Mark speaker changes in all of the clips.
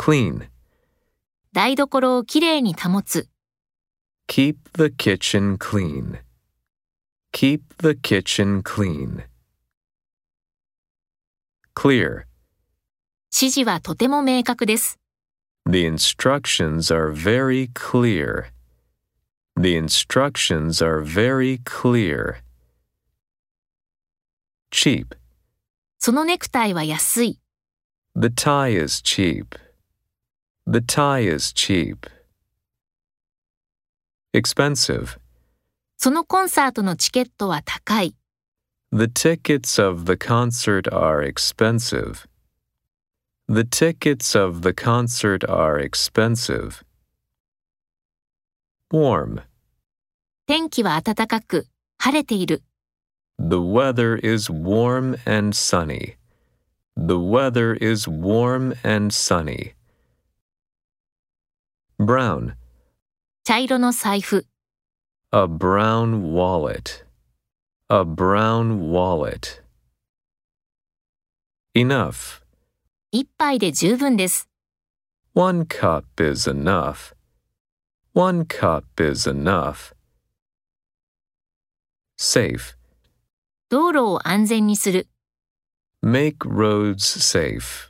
Speaker 1: clean,
Speaker 2: 台所をきれいに保つ、
Speaker 1: keep the kitchen clean. Keep the kitchen clean. Clear,
Speaker 2: 指示はとても明確です。
Speaker 1: the instructions are very clear. The instructions are very clear. Cheap,
Speaker 2: そのネクタイは安い、
Speaker 1: the tie is cheap. The tie is cheap. Expensive.
Speaker 2: そのコンサートのチケットは高い、
Speaker 1: The tickets of the concert are expensive. The tickets of the concert are expensive. Warm.
Speaker 2: 天気は暖かく、晴れている、
Speaker 1: The weather is warm and sunny. The weather is warm and sunny. Brown.
Speaker 2: 茶色の財布、
Speaker 1: A brown wallet. A brown wallet. Enough.
Speaker 2: 一杯で十分です。
Speaker 1: One cup is enough. One cup is enough. Safe.
Speaker 2: 道路を安全にする、
Speaker 1: Make roads safe.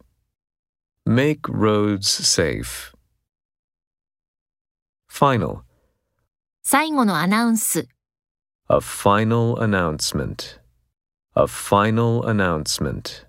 Speaker 1: Make roads safe. Final.
Speaker 2: 最後のアナウンス、
Speaker 1: A final announcement. A final announcement.